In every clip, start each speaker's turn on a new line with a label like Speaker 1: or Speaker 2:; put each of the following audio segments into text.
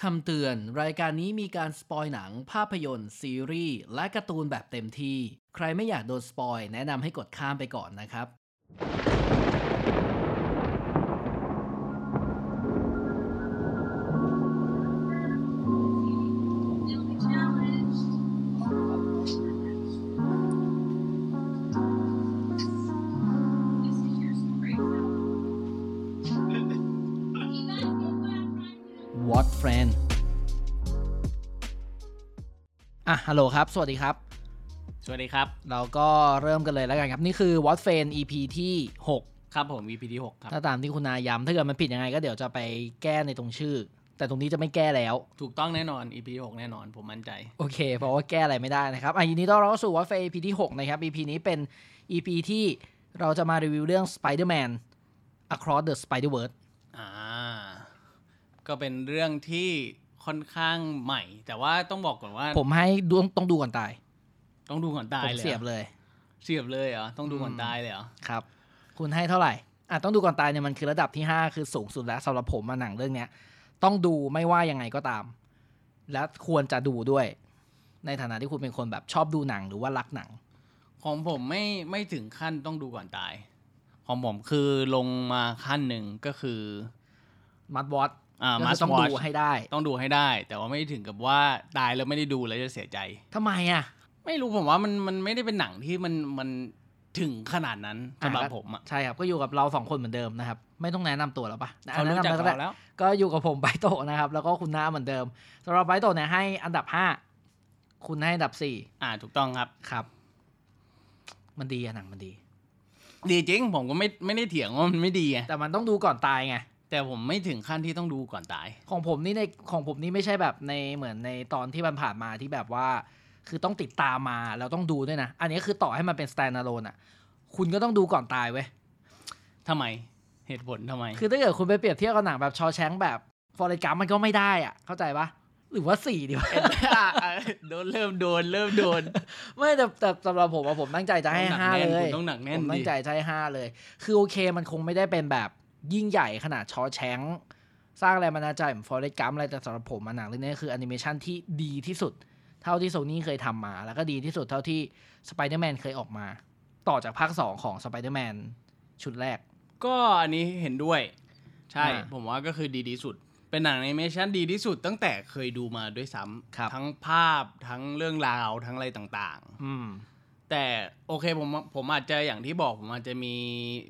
Speaker 1: คำเตือน รายการนี้มีการสปอยหนัง ภาพยนตร์ ซีรีส์ และการ์ตูนแบบเต็มที่ ใครไม่อยากโดนสปอย แนะนำให้กดข้ามไปก่อนนะครับ What friend อ่ะ ฮัลโหลครับ สวัสดีครับ
Speaker 2: สวัสดีครับ
Speaker 1: เราก็เริ่มกันเลยแล้วกันครับ นี่คือ What friend EP ที่ 6
Speaker 2: ครับผม VP ที่6ครับ
Speaker 1: ถ้าตามที่คุณนายย้ำถ้าเกิดมันผิดยังไงก็เดี๋ยวจะไปแก้ในตรงชื่อ แต่ตรงนี้จะไม่แก้แล้ว
Speaker 2: ถูกต้องแน่นอน EP ที่6แน่นอน ผมมั่นใจ
Speaker 1: โอเค เพราะว่าแก้อะไรไม่ได้นะครับอ่ะยินดีต้อนรับเข้าสู่ What friend EP ที่ 6 นะครับ EP นี้เป็น EP ที่เราจะมารีวิวเรื่อง Spider-Man Across the Spider-Verse
Speaker 2: อ่า ก็เป็นเรื่องที่ค่อนข้างใหม่ แต่ว่าต้องบอกก่อนว่า
Speaker 1: ผมให้ดูต้องดูก่อนตาย
Speaker 2: ต้องดูก่อนตาย
Speaker 1: ผม
Speaker 2: เลย
Speaker 1: เสียบ
Speaker 2: หรอ
Speaker 1: เลย
Speaker 2: เสียบเลยเหรอ ต้องดูก่อน
Speaker 1: อืม
Speaker 2: ตายเลยเหรอ
Speaker 1: ครับ คุณให้เท่าไหร่อ่ะต้องดูก่อนตายเนี่ยมันคือระดับที่ 5 คือสูงสุดแล้วสำหรับผมมาหนังเรื่องเนี้ย ต้องดูไม่ว่ายังไงก็ตาม และควรจะดูด้วย ในฐานะที่คุณเป็นคนแบบชอบดูหนังหรือว่ารักหนัง
Speaker 2: ของผมไม่ไม่ถึงขั้นต้องดูก่อนตาย ของผมคือลงมาขั้นหนึ่งก็คือ
Speaker 1: มัดวอต
Speaker 2: อ่า
Speaker 1: ก็
Speaker 2: มา
Speaker 1: คือต้องดูให้ได้
Speaker 2: ต้องดูให้ได้ แต่ว่าไม่ถึงกับว่าตายแล้วไม่ได้ดูแล้วจะเสียใจ
Speaker 1: ทำไมอ่ะ
Speaker 2: ไม่รู้ผมว่ามันมันไม่ได้เป็นหนังที่มันมันถึงขนาดนั้นสำหรับ
Speaker 1: อ่ะ
Speaker 2: ผมอะ
Speaker 1: ใช่ครับ ก็อยู่กับเราสองคนเหมือนเดิมนะครับ ไม่ต้องแนะนำตัวแล้วปะอ่ะ
Speaker 2: เขารู้จัก
Speaker 1: แนะนำ
Speaker 2: เราแล้ว
Speaker 1: ก็อยู่กับผมไบโตะนะครับ แล้วก็คุณน้าเหมือนเดิมสำหรับไบโตะเนี่ยให้อันดับห้าคุณให้อันดับสี่
Speaker 2: อ่า ถูกต้องครับ
Speaker 1: ครับ มันดีอะหนังมันดี
Speaker 2: ดีจริง ผมก็ไม่ไม่ได้เถียงว่ามันไม่ดีไง
Speaker 1: แต่มันต้องดูก่อนตายไง
Speaker 2: แต่ผมไม่ถึงขั้นที่ต้องดูก่อนตาย
Speaker 1: ของผมนี่ในของผมนี่ไม่ใช่แบบในเหมือนในตอนที่มันผ่านมาที่แบบว่า คือต้องติดตามมาแล้วต้องดูด้วยนะ อันนี้คือต่อให้มันเป็น standalone อ่ะ คุณก็ต้องดูก่อนตายเว้ย
Speaker 2: ทำไม เหตุผลทำไม
Speaker 1: คือถ้าเกิดคุณไปเปรียบเทียบกับหนังแบบชอแชงแบบฟอร์เรกัมมันก็ไม่ได้อ่ะ เข้าใจปะหรือว่าสี่ดีวะ
Speaker 2: โดนเริ่มโดน เริ่มโดน
Speaker 1: ไม่แต่แต่สำหรับผมอะผมตั้งใจจะให้
Speaker 2: ต้องหนัก
Speaker 1: ห้า
Speaker 2: แน่น
Speaker 1: เล
Speaker 2: คุ
Speaker 1: ย
Speaker 2: ณต้องหนักแน่น
Speaker 1: ผมตั้
Speaker 2: ดิ
Speaker 1: งใจจะให้ห้าเลย คือโอเคมันคงไม่ได้เป็นแบบยิ่งใหญ่ขนาดชอแชงสร้างแรงบันดาลใจเหมือนฟอร์เรกัมอะไรแต่สำหรับผมอะหนังเรื่องนี้คือแอนิเมชันที่ดีที่สุด เท่าที่โซนี่เคยทำมา แล้วก็ดีที่สุดเท่าที่สไปเดอร์แมนเคยออกมา ต่อจากภาคสองของสไปเดอร์แมนชุดแรก
Speaker 2: ก็อันนี้เห็นด้วย ใช่
Speaker 1: อ่า
Speaker 2: ผมว่าก็คือดีที่สุด เป็นหนังแอนิเมชันดีที่สุดตั้งแต่เคยดูมาด้วยซ้
Speaker 1: ครับ
Speaker 2: ำทั้งภาพทั้งเรื่องราวทั้งอะไรต่างๆ
Speaker 1: อืม
Speaker 2: แต่โอเคผมผมอาจจะอย่างที่บอกผมอาจจะมี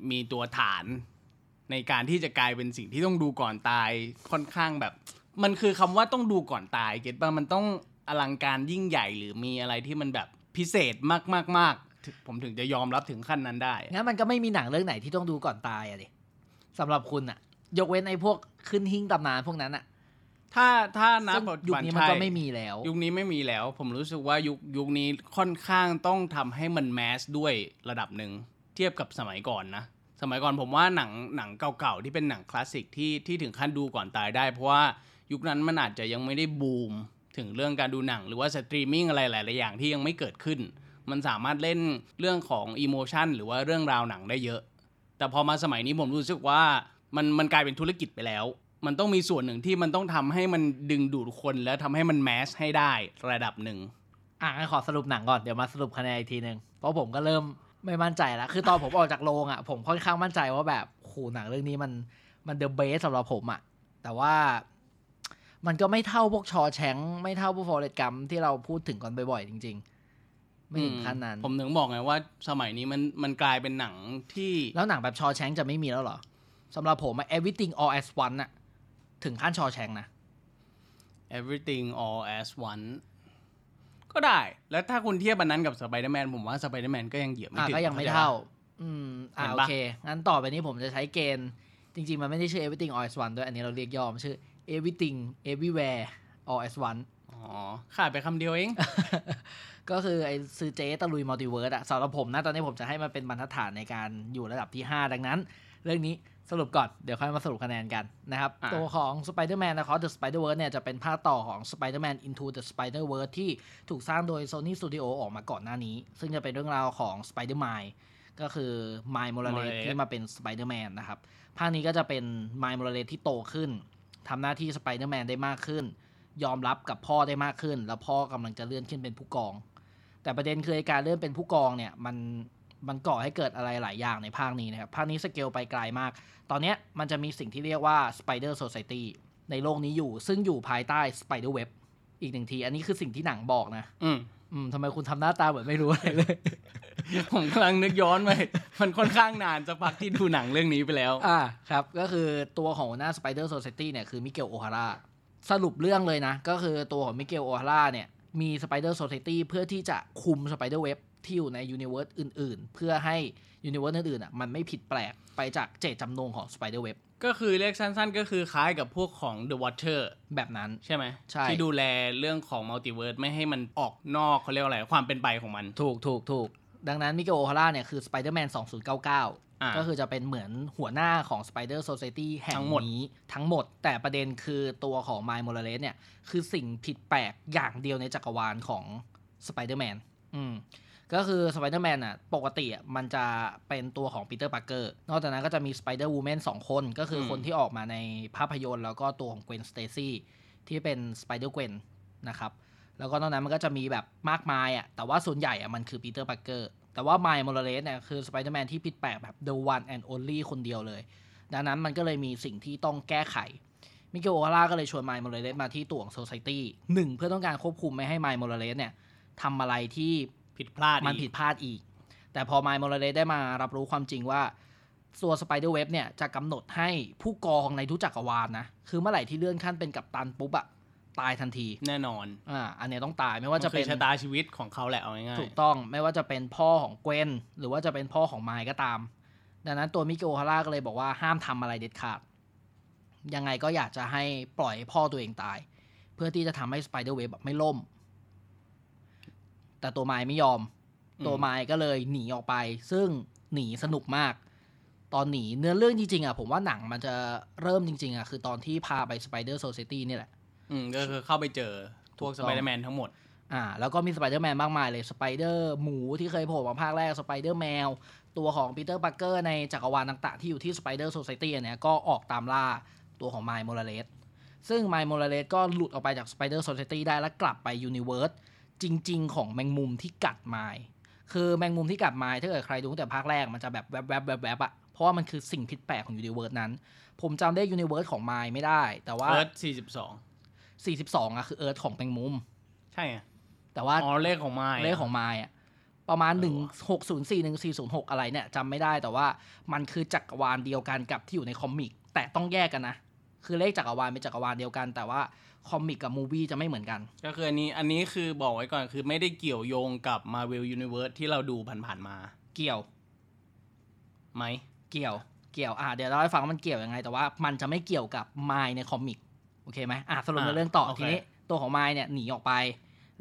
Speaker 2: มีตัวฐาน ในการที่จะกลายเป็นสิ่งที่ต้องดูก่อนตายค่อนข้างแบบ มันคือคำว่าต้องดูก่อนตายเก็ตป่ะมันต้องอลังการยิ่งใหญ่หรือมีอะไรที่มันแบบพิเศษมากมากมากถึงผมถึงจะยอมรับถึงขั้นนั้นได้
Speaker 1: งั้นมันก็ไม่มีหนังเรื่องไหนที่ต้องดูก่อนตายอะดิสำหรับคุณอะยกเว้นไอ้พวกขึ้นหิ้งตำนานพวกนั้นอะ
Speaker 2: ถ้าถ้านะ
Speaker 1: ซึ่ง
Speaker 2: ปัจ
Speaker 1: ยุค
Speaker 2: จุบัน
Speaker 1: นี้มันก็
Speaker 2: ใช่
Speaker 1: ไม่มีแล้ว
Speaker 2: ยุคนี้ไม่มีแล้ว ผมรู้สึกว่ายุคยุคนี้ค่อนข้างต้องทำให้มันแมสด้วยระดับหนึ่งเทียบกับสมัยก่อนนะ สมัยก่อนผมว่าหนังหนังเก่าๆที่เป็นหนังคลาสสิกที่ที่ถึงขั้นดูก่อนตายได้ เพราะว่ายุคนั้นมันอาจจะยังไม่ได้บูม ถึงเรื่องการดูหนังหรือว่าสตรีมมิ่งอะไรหลายๆอย่างที่ยังไม่เกิดขึ้น มันสามารถเล่นเรื่องของอิโมชันหรือว่าเรื่องราวหนังได้เยอะ แต่พอมาสมัยนี้ผมรู้สึกว่ามันมันกลายเป็นธุรกิจไปแล้ว มันต้องมีส่วนหนึ่งที่มันต้องทำให้มันดึงดูดคนและทำให้มันแมสให้ได้ระดับหนึ่ง
Speaker 1: อ่ะงั้นขอสรุปหนังก่อน เดี๋ยวมาสรุปคะแนนอีกทีหนึ่งเพราะผมก็เริ่มไม่มั่นใจแล้ว คือตอนผม ออกจากโรงอ่ะ ผมค่อนข้างมั่นใจว่าแบบโหหนังเรื่องนี้มันมันเดอะเบสสำหรับผมอ่ะ แต่ว่า มันก็ไม่เท่าพวกชอแชงไม่เท่าพวกฟอเรสกัมที่เราพูดถึงกันบ่อยๆจริง ๆ ไม่ถึงขั้นนั้น
Speaker 2: ผมถึงบอกไงว่าสมัยนี้มันมันกลายเป็นหนังที่
Speaker 1: แล้วหนังแบบชอแชงจะไม่มีแล้วเหรอสำหรับผมอะ everything all as one อะถึงขั้นชอแชงนะ
Speaker 2: ะ everything all as one ก็ได้ แล้วถ้าคุณเทียบอันนั้นกับสไปเดอร์แมนผมว่าสไปเดอร์แมนก็ยังเหยียบไม่
Speaker 1: อ่ะ
Speaker 2: ถึง
Speaker 1: ก็ยังไม่เท่า อืม อ่ะ
Speaker 2: เห็น
Speaker 1: โอ
Speaker 2: ปะ
Speaker 1: เค งั้นต่อไปนี้ผมจะใช้เกณฑ์ จริง ๆ มันไม่ได้ชื่อ everything all as one ด้วย อันนี้เราเรียกย่อมนชื่อ everything everywhere all as one
Speaker 2: อ๋อขาดไปคำเดียวเอง
Speaker 1: ก็คือไอ้ซื้อเจ๊ตะลุยมัลติเวิร์สอะสำหรับผมนะ ตอนนี้ผมจะให้มันเป็นบรรทัดฐานในการอยู่ระดับที่ 5 ดังนั้น เรื่องนี้สรุปก่อน เดี๋ยวค่อยมาสรุปคะแนนกันนะครับ
Speaker 2: อ่ะ
Speaker 1: ตัวของ Spider-Man นะครับ The Spider-Verse เนี่ยจะเป็นภาคต่อของ Spider-Man Into the Spider-Verse ที่ถูกสร้างโดย Sony Studio ออกมาก่อนหน้านี้ ซึ่งจะเป็นเรื่องราวของ Spider-Man ก็คือ Miles Morales
Speaker 2: Morales
Speaker 1: ที่มาเป็น Spider-Man นะครับ ภาคนี้ก็จะเป็น Miles Morales ที่โตขึ้น ทำหน้าที่สไปเดอร์แมนได้มากขึ้น ยอมรับกับพ่อได้มากขึ้น แล้วพ่อกำลังจะเลื่อนขึ้นเป็นผู้กอง แต่ประเด็นคือไอ้การเลื่อนเป็นผู้กองเนี่ยมันมันก่อให้เกิดอะไรหลายอย่างในภาคนี้นะครับ ภาคนี้สเกลไปไกลมาก ตอนเนี้ยมันจะมีสิ่งที่เรียกว่า Spider Society ในโลกนี้อยู่ ซึ่งอยู่ภายใต้ Spider Web อีกหนึ่งที อันนี้คือสิ่งที่หนังบอกนะ
Speaker 2: อืม
Speaker 1: อืมทำไมคุณทำหน้าตาเหมือนไม่รู้อะไรเลย
Speaker 2: ผมกำลังนึกย้อนไปมันค่อนข้างนานสักพักที่ดูหนังเรื่องนี้ไปแล้ว
Speaker 1: อ่าครับก็คือตัวของหัวหน้า Spider Society เนี่ยคือมิเกลโอฮาร่าสรุปเรื่องเลยนะ ก็คือตัวของมิเกลโอฮาร่าเนี่ยมี Spider Society เพื่อที่จะคุม Spider Web ที่อยู่ในยูนิเวิร์สอื่นๆ เพื่อให้ยูนิเวิร์สอื่นๆอ่ะมันไม่ผิดแปลกไปจากเจตจำนงของ Spider Web
Speaker 2: ก็คือเรียกสั้นๆ ก็คือคล้ายกับพวกของ The Watcher
Speaker 1: แบบนั้น
Speaker 2: ใช่ไหม
Speaker 1: ใช่
Speaker 2: ที่ดูแลเรื่องของมัลติเวิร์สไม่ให้มันออกนอกเขาเรียกว่าอะไรความเป็นไปของมัน
Speaker 1: ถูกถูกถูกดังนั้นมิเกลโอฮาร่าเนี่ยคือ Spider-Man 2099
Speaker 2: อ่า
Speaker 1: ก็คือจะเป็นเหมือนหัวหน้าของ Spider Society แห่ง
Speaker 2: ทั้งหมด
Speaker 1: นี้ทั้งหมด แต่ประเด็นคือตัวของ Miles Morales เนี่ย คือสิ่งผิดแปลกอย่างเดียวในจักรวาลของ Spider-Man อืมก็คือ Spider-Man อ่ะปกติอะมันจะเป็นตัวของ Peter Parker นอกจากนั้นก็จะมี Spider-Woman สองคนก็คืออ
Speaker 2: ม
Speaker 1: คนที่ออกมาในภาพยนตร์แล้วก็ตัวของ Gwen Stacy ที่เป็น Spider-Gwen นะครับ แล้วก็นอกนั้นมันก็จะมีแบบมากมายอ่ะ แต่ว่าส่วนใหญ่อ่ะมันคือปีเตอร์ r าร์เกอร์ แต่ว่าไมล์มอร์เลสเนี่ยคือสไปเดอร์แมนที่ผิดแปลกแบบ the one and only คนเดียวเลย ดังนั้นมันก็เลยมีสิ่งที่ต้องแก้ไข มิเกลโอฮาร่าก็เลยชวนไมล์มอร์เลสมาที่ตัวของโซซ i ตี้หนึ่งเพื่อต้องการควบคุมไม่ให้ไมล์มอร์เลสเนี่ยทำอะไรที่
Speaker 2: ผิดพลาด
Speaker 1: มัน
Speaker 2: อีก
Speaker 1: ผิดพลาดอีก แต่พอไมล์มอร์เลสได้มารับรู้ความจริงว่าตัวสไปเดอร์เว็บเนี่ยจะกำหนดให้ผู้กองในทุกจักรวาลนะคือเมื่อไหร่ที่เลื่อนขั้นเป็นกัปตันปุ๊บอะตายทันที
Speaker 2: แน่นอน
Speaker 1: อ่าอันเนี้ยต้องตายไม่ว่าจะ
Speaker 2: มัคื
Speaker 1: เป็
Speaker 2: อน ชะตาชีวิตของเขาแหละเอาง่าย
Speaker 1: ถูกต้องไม่ว่าจะเป็นพ่อของเกวนหรือว่าจะเป็นพ่อของไมค์ก็ตาม ดังนั้นตัวมิเกลโอฮาร่าก็เลยบอกว่าห้ามทำอะไรเด็ดขาด ยังไงก็อยากจะให้ปล่อยให้พ่อตัวเองตาย เพื่อที่จะทำให้สไปเดอร์เวบไม่ล่ม แต่ตัวไมค์ไม่ยอม
Speaker 2: ๆ
Speaker 1: ตัว
Speaker 2: อื
Speaker 1: ไมค์ก็เลยหนีออกไป ซึ่งหนีสนุกมาก ตอนหนีเนื้อเรื่องจริงๆอ่ะผมว่าหนังมันจะเริ่มจริงๆอ่ะคือตอนที่พาไปสไปเดอร์โซซิตี้นี่แหละ
Speaker 2: อืมก็คือเข้าไปเจอพวก
Speaker 1: ถูก
Speaker 2: ส
Speaker 1: ต้อง
Speaker 2: ไปเดอร์แมนทั้งหมด
Speaker 1: อ่าแล้วก็มีสไปเดอร์แมนมากมายเลยสไปเดอร์หมูที่เคยโผล่มาภาคแรกสไปเดอร์แมว ตัวของปีเตอร์ปาร์เกอร์ในจักรวาลต่างๆ ที่อยู่ที่สไปเดอร์โซซิตี้เนี่ยก็ออกตามล่าตัวของไมล์โมราเลสซึ่งไมล์โมราเลสก็หลุดออกไปจากสไปเดอร์โซซิตี้ได้แล้วกลับไปยูนิเวิร์สจริง ๆ ของแมงมุมที่กัดไมล์คือแมงมุมที่กัดไมล์ถ้าเกิดใครดูตั้งแต่ภาคแรกมันจะแบบแวบแวบแวบแวบๆๆๆอะเพราะว่ามันคือสิ่งผิดแปลกของยูนิเวิร์สนั้น ผมจำได้ยูนิเวิร์สของไมล์ไม่ได้ แต่ว่า
Speaker 2: เอิร์ธสี่สิบสอง
Speaker 1: 42อะคือเอิร์ธของแมงมุม
Speaker 2: ใช่อะ
Speaker 1: แต่ว่า
Speaker 2: อ๋อเลขของไม้
Speaker 1: เลขของไมล์อะประมาณ
Speaker 2: เออ
Speaker 1: 1 6 0 4 1 4 0 6 อะไรเนี่ยจำไม่ได้แต่ว่ามันคือจักรวาลเดียวกันกับที่อยู่ในคอมิก แต่ต้องแยกกันนะ คือเลขจักรวาลเป็นจักรวาลเดียวกัน แต่ว่าคอมิกกับมูวี่จะไม่เหมือนกัน
Speaker 2: ก็คืออันนี้อันนี้คือบอกไว้ก่อนคือไม่ได้เกี่ยวโยงกับ Marvel Universe ที่เราดูผ่านๆมา
Speaker 1: เกี่ยว
Speaker 2: ไหม
Speaker 1: เกี่ยวเกี่ยวอ่ะเดี๋ยวเราให้ฟังว่ามันเกี่ยวยังไง แต่ว่ามันจะไม่เกี่ยวกับไมล์ในคอมิกโอเคไหมอ่ะสรุป
Speaker 2: อ่ะ
Speaker 1: ในเรื่องต่อ
Speaker 2: โอเค
Speaker 1: ทีนี้ตัวของไมล์เนี่ยหนีออกไป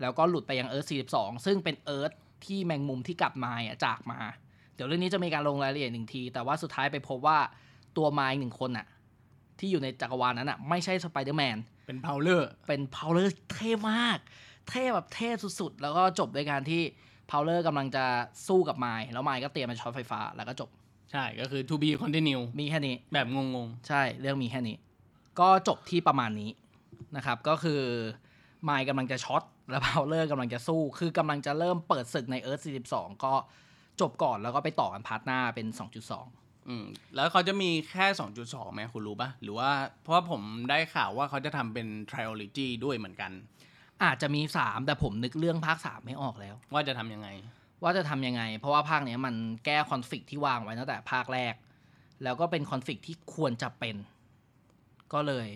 Speaker 1: แล้วก็หลุดไปยังเอิร์ธ42 ซึ่งเป็นเอิร์ธที่แมงมุมที่กลับไมล์อะจากมา เดี๋ยวเรื่องนี้จะมีการลงรายละเอียดหนึ่งที แต่ว่าสุดท้ายไปพบว่าตัวไมล์หนึ่งคนน่ะ ที่อยู่ในจักรวาลนั้นน่ะ ไม่ใช่สไปเดอร์แมน
Speaker 2: เป็นเพาเลอร์
Speaker 1: เป็นพาวเลอร์เท่มาก เท่แบบเท่สุดๆ แล้วก็จบด้วยการที่พาวเลอร์กำลังจะสู้กับไมล์แล้วไมล์ก็เตรียมมันช็อตไฟฟ้าแล้วก็จบ
Speaker 2: ใช่ก็คือ to be continue
Speaker 1: มีแค่นี้
Speaker 2: แบบงง
Speaker 1: ใช่เรื่องมีแค่นี้ ก็จบที่ประมาณนี้นะครับ ก็คือไมค์กำลังจะช็อตแล้วพาวเลอร์กำลังจะสู้ คือกำลังจะเริ่มเปิดศึกใน Earth 42 ก็จบก่อนแล้วก็ไปต่อกันพาร์ทหน้าเป็น 2.2
Speaker 2: ๆอืมแล้วเขาจะมีแค่ 2.2ไหมคุณรู้ปะหรือว่าเพราะว่าผมได้ข่าวว่าเขาจะทำเป็น trilogy ด้วยเหมือนกัน
Speaker 1: อาจจะมี 3 แต่ผมนึกเรื่องภาค 3 ไม่ออกแล้ว
Speaker 2: ว่าจะทำยังไง
Speaker 1: ว่าจะทำยังไง เพราะว่าภาคเนี้ยมันแก้คอนฟ lict ที่วางไว้ตั้งแต่ภาคแรก แล้วก็เป็นคอนฟ lict ที่ควรจะเป็น ก็เลย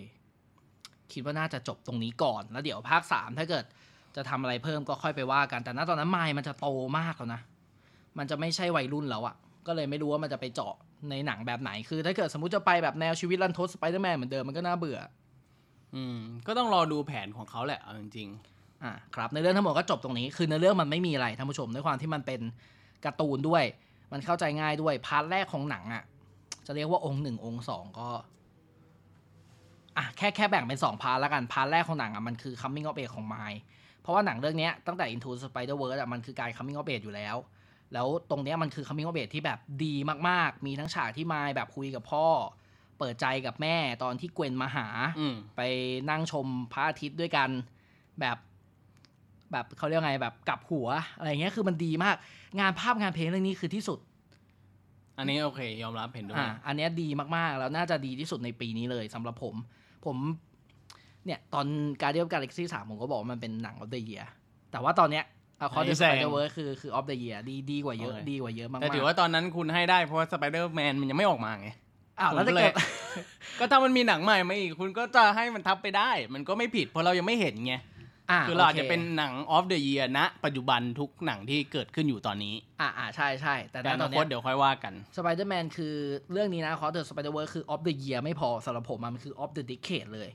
Speaker 1: คิดว่าน่าจะจบตรงนี้ก่อน แล้วเดี๋ยวภาคสามถ้าเกิดจะทำอะไรเพิ่มก็ค่อยไปว่ากัน แต่ณตอนนั้นไมล์มันจะโตมากแล้วนะ มันจะไม่ใช่วัยรุ่นแล้วอะก็เลยไม่รู้ว่ามันจะไปเจาะในหนังแบบไหน คือ ถ้าเกิดสมมติจะไปแบบแนวชีวิตรันทดสไปเดอร์แมนเหมือนเดิมมันก็น่าเบื่อ
Speaker 2: อืมก็ต้องรอดูแผนของเขาแหละเอาจริง
Speaker 1: อ่าครับในเรื่องทั้งหมดก็จบตรงนี้ คือในเรื่องมันไม่มีอะไรท่านผู้ชมด้วยความที่มันเป็นการ์ตูนด้วย มันเข้าใจง่ายด้วยพาร์ทแรกของหนังอะ่ะจะเรียกว่าองค์หนึ่งองค์สองก็อ่ะแค่แค่แบ่งเป็นสองพาร์ทละกันพาร์ทแรกของหนังอะ่ะมันคือ coming of age ของไมล์เพราะว่าหนังเรื่องเนี้ยตั้งแต่ into spider verse อะ่ะมันคือการ coming of age อยู่แล้ว แล้วตรงเนี้ยมันคือ coming of age ที่แบบดีมากๆ มีทั้งฉากที่ไมล์แบบคุยกับพ่อ เปิดใจกับแม่ตอนที่เกวนมาหา
Speaker 2: อืม
Speaker 1: ไปนั่งชมพระอาทิตย์ด้วยกันแบบ แบบเขาเรียกไงแบบกลับหัวอะไรเงี้ยคือมันดีมาก งานภาพงานเพลงเรื่องนี้คือที่สุด
Speaker 2: อันนี้โอเค ยอมรับเห็นด้วย
Speaker 1: อ่าอันเนี้ยดีมากๆ แล้วน่าจะดีที่สุดในปีนี้เลยสำหรับผม ผมเนี่ยตอนการเดียบกาแล็กซี่สามผมก็บอกว่ามันเป็นหนังออฟเด e เ e ียแต่ว่าตอนเนี้ยเอาคอร์ด
Speaker 2: อันนี้
Speaker 1: สไปเดอ
Speaker 2: แซ
Speaker 1: ร์
Speaker 2: ง
Speaker 1: เวิร์คือคือออฟเด e เ e ียดีดีกว่าเยอะ
Speaker 2: โอเค
Speaker 1: ดีกว่าเยอะมากๆ
Speaker 2: แต่ถือว่าตอนนั้นคุณให้ได้เพราะว่าสไปเดอร์แมนมันยังไม่ออกมาไง
Speaker 1: อ้าวแล้ว
Speaker 2: ผ
Speaker 1: ถ้า
Speaker 2: มก็เล
Speaker 1: เกิ
Speaker 2: ย
Speaker 1: ด
Speaker 2: ก็ถ้ามันมีหนังใหม่มาอีกคุณก็จะให้มันทับไปได้ มันก็ไม่ผิดเพราะเรายังไม่เห็นไง คือเราอาจจะเป็นหนังออฟเดอะเยียร์ณปัจจุบันทุกหนังที่เกิดขึ้นอยู่ตอนนี้
Speaker 1: อ่าอ่าใช่ใช่แต่
Speaker 2: แต่อ
Speaker 1: ตอ
Speaker 2: นา
Speaker 1: นา
Speaker 2: ค
Speaker 1: เนี้
Speaker 2: ต
Speaker 1: ย
Speaker 2: เดี๋ยวค่อยว่ากัน
Speaker 1: สไปเดอร์แมนคือเรื่องนี้นะคอร์เดอร์สไปเดอร์เวิร์คือออฟเดอะเยียไม่พอสำหรับผมอะมันคือออฟเดอะดิเคดเลย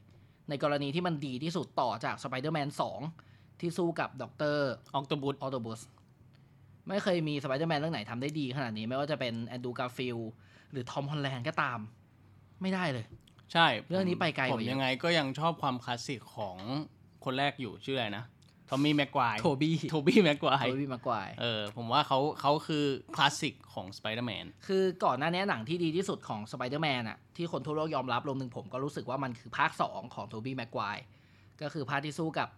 Speaker 1: ในกรณีที่มันดีที่สุดต่อจากสไปเดอร์แมนสองที่สู้กับด็อกเตอร์
Speaker 2: ออกตบุต
Speaker 1: ออโตบสไม่เคยมีสไปเดอร์แมนเรื่องไหนทำได้ดีขนาดนี้ ไม่ว่าจะเป็นแอนดูการ์ฟิลหรือทอมฮอลแลนด์ก็ตาม ไม่ได้เลย
Speaker 2: ใช่
Speaker 1: เรื่องนี้ไปไกลก
Speaker 2: ผ
Speaker 1: ว่าม เยอะ
Speaker 2: ยังไงก็ยังชอบความคลาสสิกของคนแรกอยู่ชื่ออะไรนะทอมมี่แม็กควาย
Speaker 1: โทบี้
Speaker 2: โทบี้แม็กควา
Speaker 1: โท
Speaker 2: ย
Speaker 1: บี้มากกว่า
Speaker 2: เออผมว่าเขาเขาคือคลาสสิกของสไปเดอร์แมน
Speaker 1: คือก่อนหน้านี้หนังที่ดีที่สุดของสไปเดอร์แมนอะที่คนทั่วโลกยอมรับรวมถึงผมก็รู้สึกว่ามันคือภาค 2 ของโทบี้แม็กควายก็คือภาคที่สู้กับ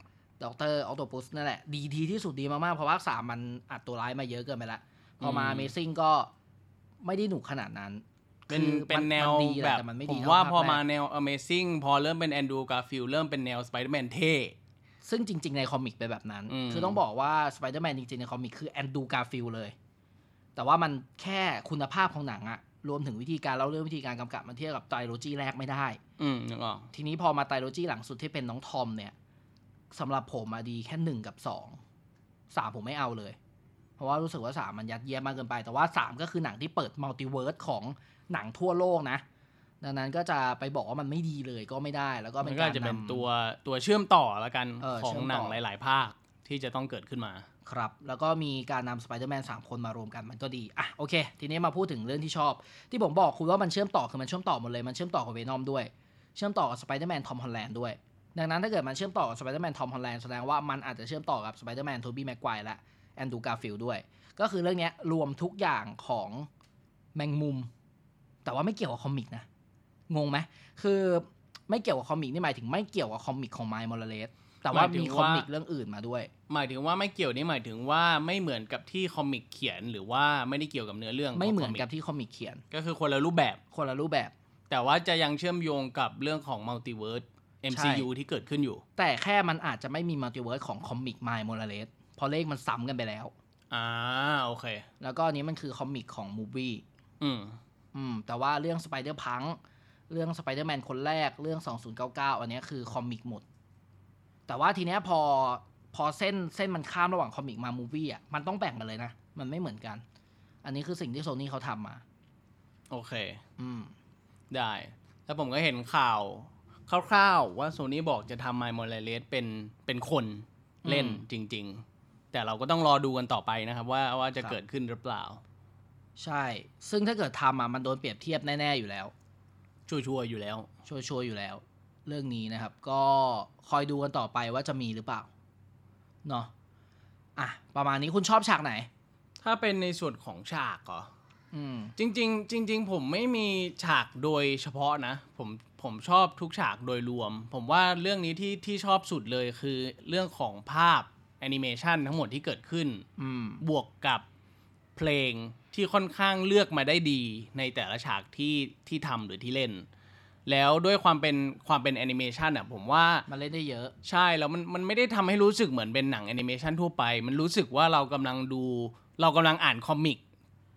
Speaker 1: ดอกเตอร์ออโตปุสนั่นแหละ ดีดีที่สุดดีมากๆ เพราะภาค 3 มันอัดตัวร้ายมาเยอะเกินไปละพอมาเมซิ่งก็ไม่ได้หนุกขนาดนั้น
Speaker 2: เป็น
Speaker 1: คือ
Speaker 2: เป็น
Speaker 1: มั
Speaker 2: แนว
Speaker 1: มัดีห
Speaker 2: แบ
Speaker 1: ละ
Speaker 2: บ
Speaker 1: ต่นไดี
Speaker 2: ผม
Speaker 1: เท่
Speaker 2: ว่า
Speaker 1: ภค
Speaker 2: พอมา
Speaker 1: แรก
Speaker 2: แนว Amazing พอเริ่มเป็นแอนดรูการ์ฟิลเริ่มเป็นแนวสไปเดอร์แมนเท่
Speaker 1: ซึ่งจริง ๆ ในคอมิกเป็นแบบนั้น
Speaker 2: อืม
Speaker 1: คือต้องบอกว่าสไปเดอร์แมนจริง ๆ ในคอมิกคือแอนดูการ์ฟิลเลย แต่ว่ามันแค่คุณภาพของหนังอะรวมถึงวิธีการเล่าเรื่องวิธีการกำกับมันเทียบกับไตรโลจีแรกไม่ได้
Speaker 2: อืมนึกออก
Speaker 1: ทีนี้พอมาไตรโลจีหลังสุดที่เป็นน้องทอมเนี่ยสำหรับผมอะดีแค่หนึ่งกับสองสามผมไม่เอาเลย เพราะว่ารู้สึกว่าสามมันยัดเยียดมากเกินไป แต่ว่าสามก็คือหนังที่เปิดมัลติเวิร์สของหนังทั่วโลกนะ ดังนั้นก็จะไปบอกว่ามันไม่ดีเลยก็ไม่ได้ แล้วก็เป็
Speaker 2: มัน
Speaker 1: น
Speaker 2: ก็
Speaker 1: การ
Speaker 2: อาจจะเป็น
Speaker 1: นำ
Speaker 2: ตัวตัวเชื่อมต่อละกัน
Speaker 1: เออ
Speaker 2: ของ
Speaker 1: เชื่อมต่อ
Speaker 2: หนังหลาย ๆ ภาคที่จะต้องเกิดขึ้นมา
Speaker 1: ครับ แล้วก็มีการนำสไปเดอร์แมนสามคนมารวมกันมันก็ดี อ่ะ โอเค ทีนี้มาพูดถึงเรื่องที่ชอบ ที่ผมบอกคุณว่ามันเชื่อมต่อคือมันเชื่อมต่อหมดเลย มันเชื่อมต่อกับเวนอมด้วย เชื่อมต่อกับสไปเดอร์แมนทอมฮอลแลนด์ด้วย ดังนั้นถ้าเกิดมันเชื่อมต่อกับสไปเดอร์แมนทอมฮอลแลนด์แสดงว่ามันอาจจะเชื่อมต่อกับสไปเดอร์แมนโทบี้แม็กไกวร์และแอนดรูการ์ฟิลด์ด้วย ก็คือเรื่องเนี้ยรวมทุกอย่างของแมงมุม แต่ว่าไม่เกี่ยวกับคอมิกนะ งงไหมคือไม่เกี่ยวกับคอมิกนี่หมายถึงไม่เกี่ยวกับคอมิกของไมล์มอลเลสแต่ว่ามีคอมิกเรื่องอื่นมาด้วย
Speaker 2: หมายถึงว่าไม่เกี่ยวนี่หมายถึงว่าไม่เหมือนกับที่คอมิกเขียนหรือว่าไม่ได้เกี่ยวกับเนื้อเรื่อง
Speaker 1: ไม่เหมือน
Speaker 2: ขงค
Speaker 1: กับที่คอมิกเขียน
Speaker 2: ก็คือคนละรูปแบบ
Speaker 1: คนละรูปแบบ
Speaker 2: แต่ว่าจะยังเชื่อมโยงกับเรื่องของมัลติเวิร์ส MCU ที่เกิดขึ้นอยู่
Speaker 1: แต่แค่มันอาจจะไม่มีมัลติเวิร์สของคอมิกไมล์โมราเลสเพราะเลขมันซ้ำกันไปแล้ว
Speaker 2: อ่าโอเค
Speaker 1: แล้วก็อันนี้มันคือคอมิกของมูฟวี่
Speaker 2: อืม
Speaker 1: อืมแต่ว่าเรื่องสไปเดอร์พังเรื่องสไปเดอร์แมนคนแรกเรื่อง 2099 อันเนี้ยคือคอมิกหมด แต่ว่าทีเนี้ยพอพอเส้นเส้นมันข้ามระหว่างคอมิกมามูฟวี่อ่ะมันต้องแบ่งกันเลยนะ มันไม่เหมือนกัน อันนี้คือสิ่งที่โซนี่เขาทำมา
Speaker 2: โอเค
Speaker 1: อืม
Speaker 2: ได้ แล้วผมก็เห็นข่าว คร่าวๆ ว่าโซนี่บอกจะทำไมโมเลเลสเป็นเป็นคนเล่น
Speaker 1: อืม
Speaker 2: จริง ๆ แต่เราก็ต้องรอดูกันต่อไปนะครับ ว่าว่าจะ
Speaker 1: ครับ
Speaker 2: เกิดขึ้นหรือเปล่า
Speaker 1: ใช่ ซึ่งถ้าเกิดทำอ่ะมันโดนเปรียบเทียบแน่ๆอยู่แล้ว
Speaker 2: ชัวร์ๆอยู่แล้ว
Speaker 1: ชัวร์ๆอยู่แล้ว เรื่องนี้นะครับ ก็คอยดูกันต่อไปว่าจะมีหรือเปล่าเนาะอ่ะ ประมาณนี้คุณชอบฉากไหน
Speaker 2: ถ้าเป็นในส่วนของฉากเหรอ
Speaker 1: อืม
Speaker 2: จริงๆจริง ๆ ผมไม่มีฉากโดยเฉพาะนะผมผมชอบทุกฉากโดยรวม ผมว่าเรื่องนี้ที่ที่ชอบสุดเลยคือเรื่องของภาพแอนิเมชันทั้งหมดที่เกิดขึ้น
Speaker 1: อืม
Speaker 2: บวกกับเพลงที่ค่อนข้างเลือกมาได้ดีในแต่ละฉากที่ที่ทำหรือที่เล่น แล้วด้วยความเป็นความเป็นแอนิเมชันอ่ะผมว่า
Speaker 1: มันเล่นได้เยอะ
Speaker 2: ใช่แล้วมันมันไม่ได้ทำให้รู้สึกเหมือนเป็นหนังแอนิเมชันทั่วไป มันรู้สึกว่าเรากำลังดู เรากำลังอ่านคอมิก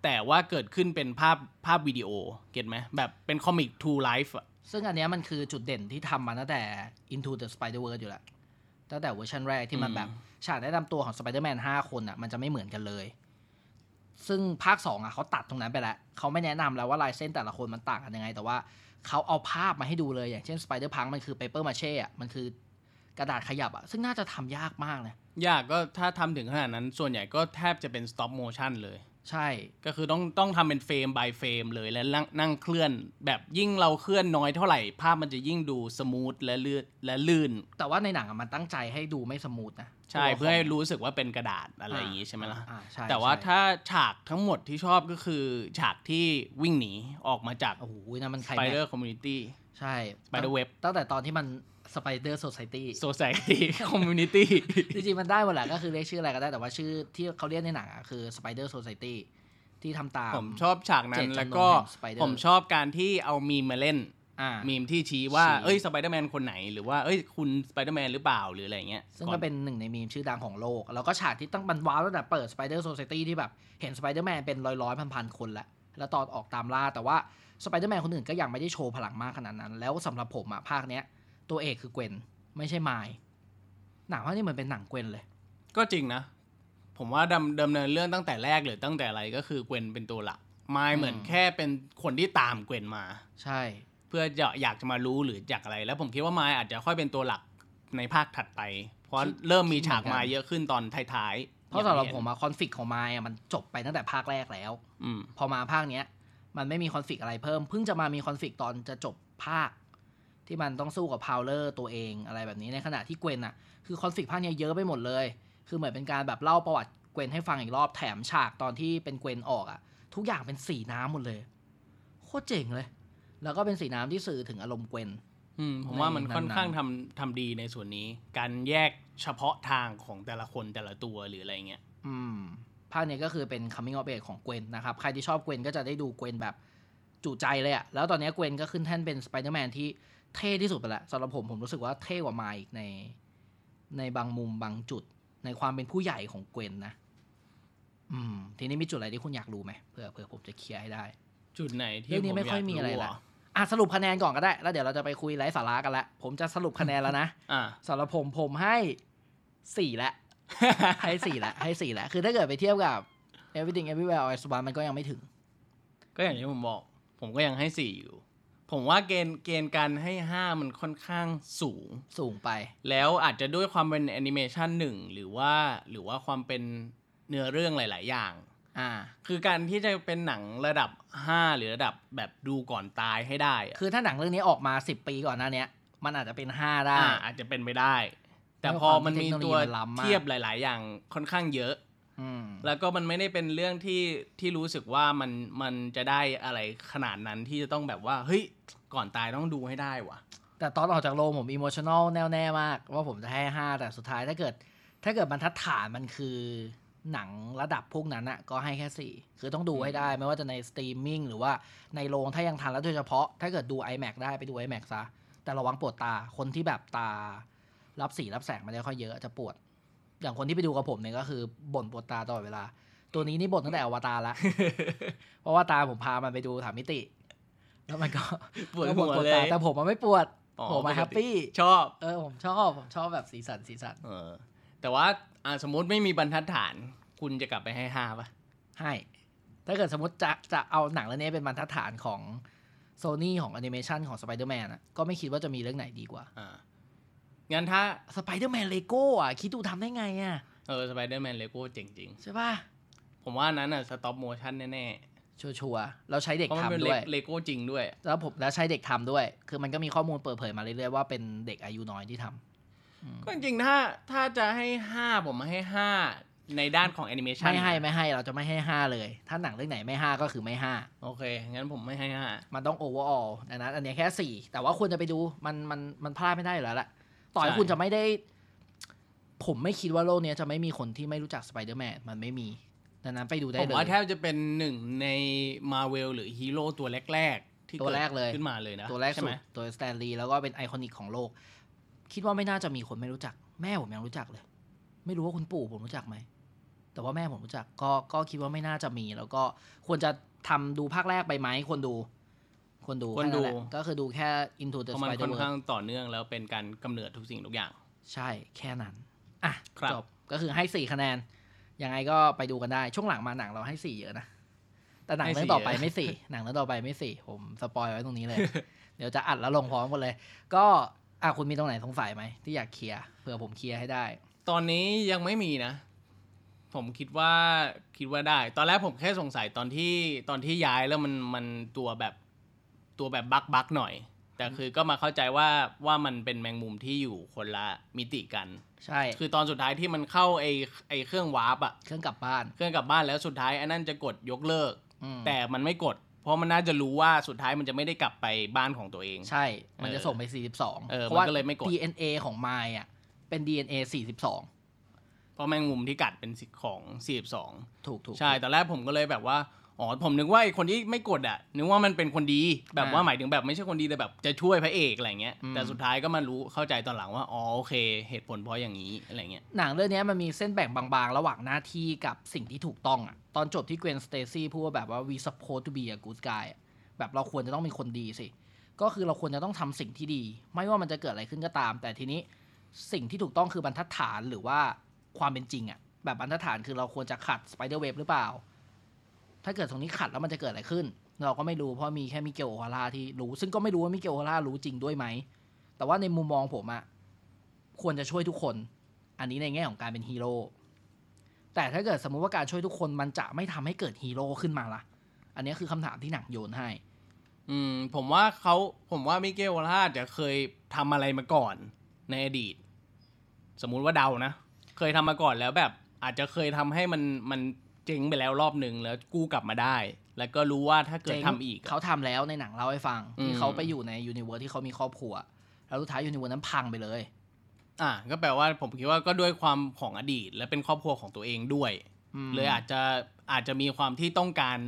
Speaker 2: แต่ว่าเกิดขึ้นเป็นภาพภาพวิดีโอ เก็ตไหมแบบเป็นคอมิก to life อะ
Speaker 1: ซึ่งอันเนี้ยมันคือจุดเด่นที่ทำมาตั้งแต่ Into the Spider-Verse อยู่แล้วตั้งแต่เวอร์ชันแรกที่มันแบบฉากแนะนำตัวของ Spider-Man 5 คนอ่ะ มันจะไม่เหมือนกันเลย ซึ่งภาค 2 อ่ะเขาตัดตรงนั้นไปแล้วเขาไม่แนะนำแล้วว่าลายเส้นแต่ละคนมันต่างกันยังไง แต่ว่าเขาเอาภาพมาให้ดูเลย อย่างเช่น Spider Punk มันคือ Paper Mache อ่ะมันคือกระดาษขยับอ่ะซึ่งน่าจะทำยากมากนะ
Speaker 2: ยากก็ถ้าทำถึงขนาดนั้นส่วนใหญ่ก็แทบจะเป็น stop motion เลย
Speaker 1: ใช่
Speaker 2: ก็คือต้องต้องทำเป็นเฟรม by เฟรมเลยแล้วนั่งนั่งเคลื่อน แบบยิ่งเราเคลื่อนน้อยเท่าไหร่ ภาพมันจะยิ่งดูสมูทและลื่นและลื่น
Speaker 1: แต่ว่าในหนังอะมันตั้งใจให้ดูไม่สมูทนะ
Speaker 2: ใช่
Speaker 1: ตัวขง
Speaker 2: เพื่อให้รู้สึกว่าเป็นกระดาษอะไรอย่างงี้ใช่ไหมล่ะ
Speaker 1: อ่าใช่
Speaker 2: แต่ว่า
Speaker 1: ใช่
Speaker 2: ถ้าฉากทั้งหมดที่ชอบก็คือ ฉากที่วิ่งหนีออกมาจาก
Speaker 1: โอ้โหนะมัน
Speaker 2: ส
Speaker 1: ใคร
Speaker 2: ไป
Speaker 1: แม็ก
Speaker 2: เดอ
Speaker 1: ซ์
Speaker 2: ร์คอมมูนิตี้
Speaker 1: ใช่
Speaker 2: สไปเดอร์เว็บ
Speaker 1: ตั้งแต่ตอนที่มันสไปเดอร์โซซตี้
Speaker 2: โซซาย ตี้คอมมูนิ ตี้
Speaker 1: จริงๆมันได้หมดแหละก็คือเรียกชื่ออะไรก็ได้แต่ว่าชื่อที่เขาเรียกในหนังอะคือสไปเดอร์โซซตี้ที่ทำตาม
Speaker 2: ผมชอบฉากนั้
Speaker 1: เจ็
Speaker 2: น
Speaker 1: ดจำนวน
Speaker 2: แล้วก็
Speaker 1: แห่ง Spider
Speaker 2: ผมชอบการที่เอามีมมาเล่น
Speaker 1: อ่า
Speaker 2: มีมที่ชี้ว่า
Speaker 1: ชี้
Speaker 2: เอ้ยสไปเดอร์แมนคนไหน หรือว่าเอ้ยคุณสไปเดอร์แมนหรือเปล่าหรืออะไรอย่างเงี้ย
Speaker 1: ซึ่งก็เป็นหนึ่งในมีมชื่อดังของโลก แล้วก็ฉากที่ตั้งบันว้าวตั้งแต่เปิด Spider Society ที่แบบเห็นสไปเดอร์แมนเป็นร้อยร้อยพันพันๆคนแล้ว แล้วตอนออกตามล่า แต่ว่าสไปเดอร์แมนคนอื่นก็ยังไม่ได้โชว์พลังมากขนาดนั้น แล้วสำหรับผมอะภาคเนี้ย ตัวเอกคือเกวนไม่ใช่ไมล์หนังภาคนี้เหมือนเป็นหนังเกวนเลย
Speaker 2: ก็จริงนะ ผมว่าดำดำเนินเรื่องตั้งแต่แรกหรือตั้งแต่อะไรก็คือเกวนเป็นตัวหลักมายเหมือน
Speaker 1: อืม
Speaker 2: แค่เป็นคนที่ตามเกวนมา
Speaker 1: ใช่
Speaker 2: เพื่อจะอยากจะมารู้หรืออยากอะไร แล้วผมคิดว่ามายอาจจะค่อยเป็นตัวหลักในภาคถัดไป เพราะ
Speaker 1: คิด
Speaker 2: เริ่มมี
Speaker 1: คิดเหมื
Speaker 2: ฉา
Speaker 1: อก นกัน
Speaker 2: มายเยอะขึ้นตอนท้ายๆ
Speaker 1: เพราะสำหรับ
Speaker 2: อย่งที่
Speaker 1: ผมอะคอนฟ lict ของไมล์อะมันจบไปตั้งแต่ภาคแรกแล้ว
Speaker 2: อืม
Speaker 1: พอมาภาคเนี้ย มันไม่มีคอนฟ lict อะไรเพิ่ม เพิ่งจะมามีคอนฟ lict ตอนจะจบภาค ที่มันต้องสู้กับพาวเลอร์ตัวเองอะไรแบบนี้ในขณะที่เกวนอะคือคอนฟ lict ภาคเนี้ยเยอะไปหมดเลย คือเหมือนเป็นการแบบเล่าประวัติเกวนให้ฟังอีกรอบแถมฉากตอนที่เป็นเกวนออกอะทุกอย่างเป็นสีน้ำหมดเลยโคตรเจ๋งเลย แล้วก็เป็นสีน้ำที่สื่อถึงอารมณ์เกวน
Speaker 2: อืมผมว่ามัน
Speaker 1: ใน
Speaker 2: ค่อน
Speaker 1: นั้นๆ
Speaker 2: ข้างทำทำดีในส่วนนี้ การแยกเฉพาะทางของแต่ละคนแต่ละตัวหรืออะไรเงี้ย
Speaker 1: อืมภาคเนี้ยก็คือเป็น coming of age ของเกวนนะครับ ใครที่ชอบเกวนก็จะได้ดูเกวนแบบจุใจเลยอะแล้วตอนเนี้ยเกวนก็ขึ้นแท่นเป็นสไปเดอร์แมนที่เท่ที่สุดไปละสำหรับผมผมรู้สึกว่าเท่กว่าไมค์อีกใน ในบางมุมบางจุด ในความเป็นผู้ใหญ่ของเกวนนะ อืม ทีนี้มีจุดอะไรที่คุณอยากรู้ไหมเผื่อเผื่อผมจะเคลียร์ให้ได้
Speaker 2: จุดไหนที่
Speaker 1: เรื่องนี้
Speaker 2: ผ
Speaker 1: ไม่ค่อย
Speaker 2: าก
Speaker 1: มีอะไร
Speaker 2: เห
Speaker 1: ละ อ่ะสรุปคะแนนก่อนก็ได้ แล้วเดี๋ยวเราจะไปคุยไร้สาระกันละผมจะสรุปคะแนนแล้ว นะ
Speaker 2: อ่ะ
Speaker 1: สำหรับผมผมให้สี่ละ ให้สี่ละให้สี่ละคือถ้าเกิดไปเทียบกับ everything everywhere all at once มันก็ยังไม่ถึง
Speaker 2: ก็อย่างที่ผมบอก ผมก็ยังให้สี่อยู่ ผมว่าเกณฑ์เกณฑ์การให้ห้ามันค่อนข้างสูง
Speaker 1: สูงไป
Speaker 2: แล้วอาจจะด้วยความเป็นแอนิเมชันหนึ่งหรือว่าหรือว่าความเป็นเนื้อเรื่องหลาย ๆ อย่าง
Speaker 1: อ่า
Speaker 2: คือการที่จะเป็นหนังระดับ 5 หรือระดับแบบดูก่อนตายให้ได้อะ
Speaker 1: คือถ้าหนังเรื่องนี้ออกมาสิบปีก่อนหน้าเนี้ย มันอาจจะเป็นห้าได้
Speaker 2: อ่ะอาจจะเป็นไปได้ แต่
Speaker 1: ด้วย
Speaker 2: พ
Speaker 1: ค
Speaker 2: อ
Speaker 1: วามที่
Speaker 2: มันมี
Speaker 1: เทคโนโลยี
Speaker 2: ตัว
Speaker 1: มันล้ำมาก
Speaker 2: เทียบหลาย ๆ อย่างค่อนข้างเยอะ
Speaker 1: อืม
Speaker 2: แล้วก็มันไม่ได้เป็นเรื่องที่ที่รู้สึกว่ามันมันจะได้อะไรขนาดนั้นที่จะต้องแบบว่าเฮ้ยก่อนตายต้องดูให้ได้วะ
Speaker 1: แต่ตอนออกจากโรงผมอิโมชัน a ลแน่วแน่มาก ว่าผมจะให้ห้าแต่สุดท้ายถ้าเกิด ถ้าเกิดบรรทัดฐานมันคือหนังระดับพวกนั้นอะก็ให้แค่สี่คือต้องดูให้ได้ ไม่ว่าจะในสตรีมมิ่งหรือว่าในโรงถ้ายังทันแล้วโดยเฉพาะ ถ้าเกิดดู iMac ได้ไปดู iMac ซะ แต่ระวังปวดตาคนที่แบบตา รับสีรับแสงไม่ได้ค่อยเยอะจะปวด อย่างคนที่ไปดูกับผมเนี่ยก็คือบ่นปวดตาตลอดเวลา ตัวนี้นี่บ่นตั้งแต่อวตารละ เพราะว่าตาผมพามันไปดูถามมิติ แล้วมันก็
Speaker 2: ปวด
Speaker 1: ก็
Speaker 2: หัว
Speaker 1: ปวด
Speaker 2: เล
Speaker 1: ตาย แต่ผมมันไม่ปวด
Speaker 2: อ๋อ
Speaker 1: ผมมาแฮปปี้
Speaker 2: ชอบ
Speaker 1: เออผมชอบผมชอบแบบสีสันสีสัน
Speaker 2: เออ แต่ว่าอ่ะสมมติไม่มีบรรทัดฐาน คุณจะกลับไปให้ห้าป่ะ
Speaker 1: ให้ ถ้าเกิดสมมติจะจะเอาหนังเรื่องนี้เป็นบรรทัดฐานของโซนี่ของแอนิเมชันของสไปเดอร์แมนอ่ะก็ไม่คิดว่าจะมีเรื่องไหนดีกว่า
Speaker 2: อ่า งั้นถ้า
Speaker 1: สไปเดอร์แมนเลโก้อ่ะ คิดดูทำได้ไงอ่ะ
Speaker 2: เออสไปเดอร์แมนเลโก้เจ๋งจริง
Speaker 1: ใช่ป่ะ
Speaker 2: ผมว่าอันนั้นอ่ะสต็อปโมชั่นแน่
Speaker 1: ชัวร์ๆเราใช้
Speaker 2: ๆ
Speaker 1: เด็ก
Speaker 2: เพราะมันเป็น
Speaker 1: ทำด้วย
Speaker 2: เลโก้จริงด้วย
Speaker 1: แล้วผมแล้วใช้เด็กทำด้วย คือมันก็มีข้อมูลเปิดเผยมาเรื่อยๆว่าเป็นเด็กอายุน้อยที่ทำ
Speaker 2: ก็จริงๆถ้าถ้าจะให้ห้าผมให้ห้าในด้านของแอนิเมชัน
Speaker 1: ไม่ให้ไม่ให้เราจะไม่ให้ห้าเลย ถ้าหนังเรื่องไหนไม่ห้าก็คือไม่ห้า
Speaker 2: โอเค งั้นผมไม่ให้ห้า
Speaker 1: มันต้องโอเวอร์ออลอันนั้นอันเนี้ยแค่สี่แต่ว่าควรจะไปดูมันมันมันพลาดไม่ได้อยู่แล้วแหละต่อให้
Speaker 2: ใช่
Speaker 1: คุณจะไม่ได้ ผมไม่คิดว่าโลกเนี้ยจะไม่มีคนที่ไม่รู้จักสไปเดอร์แมนมันไม่มีดังนั้นไปดูได้
Speaker 2: ผม
Speaker 1: เลย
Speaker 2: ว่าแทบจะเป็นหนึ่งในมาเวลหรือฮีโร่ตัวแรกๆ ที่
Speaker 1: ตัวแรกเลย
Speaker 2: ขึ้นมาเลยนะ
Speaker 1: ตัวแรก
Speaker 2: ใช่
Speaker 1: สุ
Speaker 2: ไหม
Speaker 1: ดตัวสแตนลีย์แล้วก็เป็นไอคอนิกของโลก คิดว่าไม่น่าจะมีคนไม่รู้จัก แม่ผมยังรู้จักเลย ไม่รู้ว่าคุณปู่ผมรู้จักไหม แต่ว่าแม่ผมรู้จักก็ก็คิดว่าไม่น่าจะมี แล้วก็ควรจะทำดูภาคแรกไปไหมควรดูควรดูแค่แหละก็คือดูแค่ Into
Speaker 2: เพ
Speaker 1: the
Speaker 2: ราะมันค่อน
Speaker 1: Spider-Verse
Speaker 2: ข้างต่อเนื่องแล้วเป็นการกำเนิดทุกสิ่งทุกอย่าง
Speaker 1: ใช่แค่นั้น อ่ะ
Speaker 2: ครับ
Speaker 1: จบก็คือให้สี่คะแนน ยังไงก็ไปดูกันได้ ช่วงหลังมาหนังเราให้สี่เยอะนะ แต่หนังเรื่องต่อไปไม่ สี่ หนังเรื่องต่อไปไม่สี่ ผมสปอยไว้ตรงนี้เลย เดี๋ยวจะอัดแล้วลงพร้อมกันเลย ก็อ่ะคุณมีตรงไหนสงสัยไหมที่อยากเคลียร์เผื่อผมเคลียร์ให้ได้
Speaker 2: ตอนนี้ยังไม่มีนะ ผมคิดว่าคิดว่าได้ ตอนแรกผมแค่สงสัยตอนที่ตอนที่ย้ายแล้วมันมันตัวแบบตัวแบบบักบักหน่อย แต่คือก็มาเข้าใจว่าว่ามันเป็นแมงมุมที่อยู่คนละมิติกัน
Speaker 1: ใช่
Speaker 2: คือตอนสุดท้ายที่มันเข้าไอไอเครื่องวาร์ปอะ
Speaker 1: เครื่องกลับบ้าน
Speaker 2: เครื่องกลับบ้านแล้วสุดท้ายไอันนั่นจะกดยกเลิก
Speaker 1: อืม
Speaker 2: แต่มันไม่กด เพราะมันน่าจะรู้ว่าสุดท้ายมันจะไม่ได้กลับไปบ้านของตัวเอง
Speaker 1: ใช่ มันจะส่งไป 42
Speaker 2: เออ
Speaker 1: พราะว่า
Speaker 2: มันก็เลยไม่กด
Speaker 1: DNA ของไมล์อ่ะเป็น DNA 42
Speaker 2: เพราะแมงมุมที่กัดเป็นสิทธิ์ของ 42
Speaker 1: ถูกถูก
Speaker 2: ใช่ตอนแรกผมก็เลยแบบว่าอ๋อผมนึกว่าไอคนที่ไม่กดอ่ะนึกว่ามันเป็นคนดีแบบว่า
Speaker 1: อ่า
Speaker 2: หมายถึงแบบไม่ใช่คนดีแต่แบบจะช่วยพระเอกอะไรเงี้ย
Speaker 1: อืม
Speaker 2: แต่สุดท้ายก็มารู้เข้าใจตอนหลังว่าอ๋อโอเค เหตุผลเพราะอย่างนี้อะไรเงี้ย
Speaker 1: หนังเรื่องเนี้ยมันมีเส้นแบ่งบางๆ ระหว่างหน้าที่กับสิ่งที่ถูกต้องอะตอนจบที่เกวนสเตซี่พูดว่าแบบว่า we supposed to be a good guy อะแบบเราควรจะต้องเป็นคนดีสิ ก็คือเราควรจะต้องทำสิ่งที่ดี ไม่ว่ามันจะเกิดอะไรขึ้นก็ตาม แต่ทีนี้สิ่งที่ถูกต้องคือบรรทัดฐานหรือว่าความเป็นจริงอะแบบบรรทัดฐานคือเราควรจะขัดสไปเดอร์เวฟหรือเปล่า ถ้าเกิดตรงนี้ขัดแล้วมันจะเกิดอะไรขึ้น เราก็ไม่รู้เพราะมีแค่มิเกลโอฮาร่าที่รู้ ซึ่งก็ไม่รู้ว่ามิเกลโอฮาร่ารู้จริงด้วยไหม แต่ว่าในมุมมองผมอะควรจะช่วยทุกคน อันนี้ในแง่ของการเป็นฮีโร่ แต่ถ้าเกิดสมมุติว่าการช่วยทุกคนมันจะไม่ทำให้เกิดฮีโร่ขึ้นมาล่ะ อันนี้คือคำถามที่หนังโยนให้
Speaker 2: อืมผมว่าเขาผมว่ามิเกลวลาดจะเคยทำอะไรมาก่อนในอดีต สมมุติว่าเดานะ เคยทำมาก่อนแล้วแบบอาจจะเคยทำให้มันมันเจ๊งไปแล้วรอบหนึ่งแล้วกู้กลับมาได้ แล้วก็รู้ว่าถ้าเกิด
Speaker 1: เจ๊ง
Speaker 2: ทำอีกอะ
Speaker 1: เขาทำแล้วในหนังเล่าให้ฟัง
Speaker 2: อื
Speaker 1: ที่
Speaker 2: ม
Speaker 1: เขาไปอยู่ในยูนิเวิร์สที่เขามีครอบครัว แล้วสุดท้ายยูนิเวิร์สนั้นพังไปเลย
Speaker 2: อ่ะก็แปลว่าผมคิดว่าก็ด้วยความของอดีต และเป็นครอบครัวของตัวเองด้วย
Speaker 1: อืม
Speaker 2: เลยอาจจะอาจจะมีความที่ต้องการ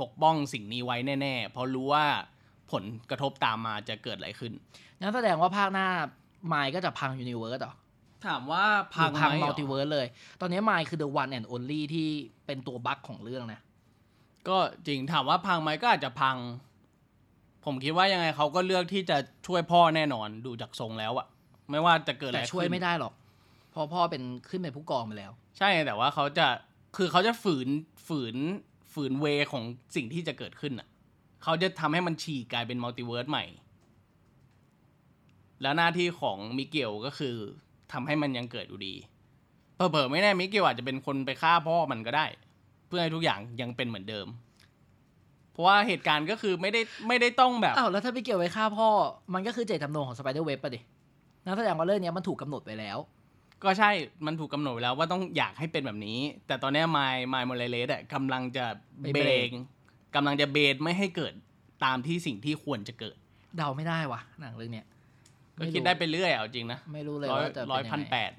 Speaker 2: ปกป้องสิ่งนี้ไว้แน่ๆ เพราะรู้ว่าผลกระทบตามมาจะเกิดอะไรขึ้น
Speaker 1: งั้นแสดงว่าภาคหน้าไมค์ก็จะพังยูนิเวิร์สเหรอ
Speaker 2: ถามว่า
Speaker 1: หรือพัง
Speaker 2: ไห
Speaker 1: มั
Speaker 2: หร
Speaker 1: ลติเวิร์สเลย ตอนนี้ไมค์คือ the one and only ที่เป็นตัวบั๊กของเรื่องนะ
Speaker 2: ก็จริงถามว่าพังไหมก็อาจจะพัง ผมคิดว่ายังไงเขาก็เลือกที่จะช่วยพ่อแน่นอนดูจากทรงแล้วอะไม่ว่าจะเกิดอะไร
Speaker 1: แต่
Speaker 2: ขึ้น
Speaker 1: ช่วยไม่ได้หรอกเพราะพ่อเป็นขึ้นเป็นผู้กองไปแล้ว
Speaker 2: ใช่แต่ว่าเขาจะคือเขาจะฝืนฝืนฝืนเวของสิ่งที่จะเกิดขึ้นอ่ะเขาจะทำให้มันฉีกกลายเป็นมัลติเวิร์สใหม่ แล้วหน้าที่ของมิเกลก็คือทำให้มันยังเกิดอยู่ดีเผลอๆไม่แน่มิเกลอาจจะเป็นคนไปฆ่าพ่อมันก็ได้ เพื่อให้ทุกอย่างยังเป็นเหมือนเดิม เพราะว่าเหตุการณ์ก็คือไม่ได้ไม่ได้ต้องแบบ
Speaker 1: อ้าวแล้วถ้าไปเกี่ยวไว้ฆ่าพ่อ มันก็คือเจตจำนงของสไปเดอร์เว็บปะดินั่นแสดงว่าเรื่องเนี้ยมันถูกกำหนดไปแล้ว
Speaker 2: ก็ใช่ มันถูกกำหนดไว้แล้วว่าต้องอยากให้เป็นแบบนี้ แต่ตอนเนี้ไมล์ไมล์โมเลเลสอะกำลังจะ
Speaker 1: ไป
Speaker 2: เบ
Speaker 1: เบ
Speaker 2: ร
Speaker 1: ร
Speaker 2: ก
Speaker 1: ก
Speaker 2: กำลังจะเบรกไม่ให้เกิดตามที่สิ่งที่ควรจะเกิด
Speaker 1: เดาไม่ได้วะหนังเรื่องเนี้ย
Speaker 2: ก็
Speaker 1: ม่รู้
Speaker 2: คิดได้ไปเรื่อยอะเอาจริงนะ
Speaker 1: ไม่รู้เลย
Speaker 2: ร้อย
Speaker 1: ว่าจะเป็
Speaker 2: ร้อย
Speaker 1: งไง
Speaker 2: พันแปด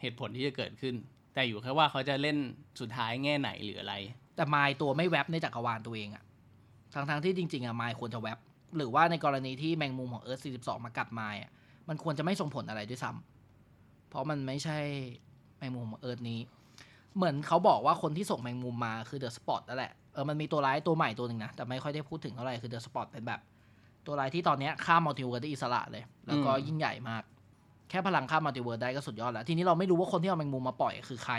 Speaker 2: เหตุผลที่จะเกิดขึ้น แต่อยู่แค่ว่าเขาจะเล่นสุดท้ายแง่ไหนหรืออะไร
Speaker 1: แต่มายตัวไม่แว็บในจักรวาลตัวเองอะทั้งทงๆที่จริงๆอะมายควรจะแว็บหรือว่าในกรณีที่แมงมุมของเอิร์ธ42 มากัดมายอะมันควรจะไม่ส่งผลอะไรด้วยซ้ำเพราะมันไม่ใช่แมงมุมของเอิร์ธนี้ เหมือนเขาบอกว่าคนที่ส่งแมงมุมมาคือเดอะสปอตนั่นแหละเออมันมีตัวร้ายตัวใหม่ตัวหนึ่งนะ แต่ไม่ค่อยได้พูดถึงเท่าไหร่คือเดอะสปอตเป็นแบบ ตัวร้ายที่ตอนเนี้ยข้ามมัลติเวิร์สได้อิสระเลย แล้วก็
Speaker 2: อืม
Speaker 1: ยิ่งใหญ่มาก แค่พลังข้ามมัลติเวิร์สได้ก็สุดยอดแล้ว ทีนี้เราไม่รู้ว่าคนที่เอาแมงมุมมาปล่อยคือใคร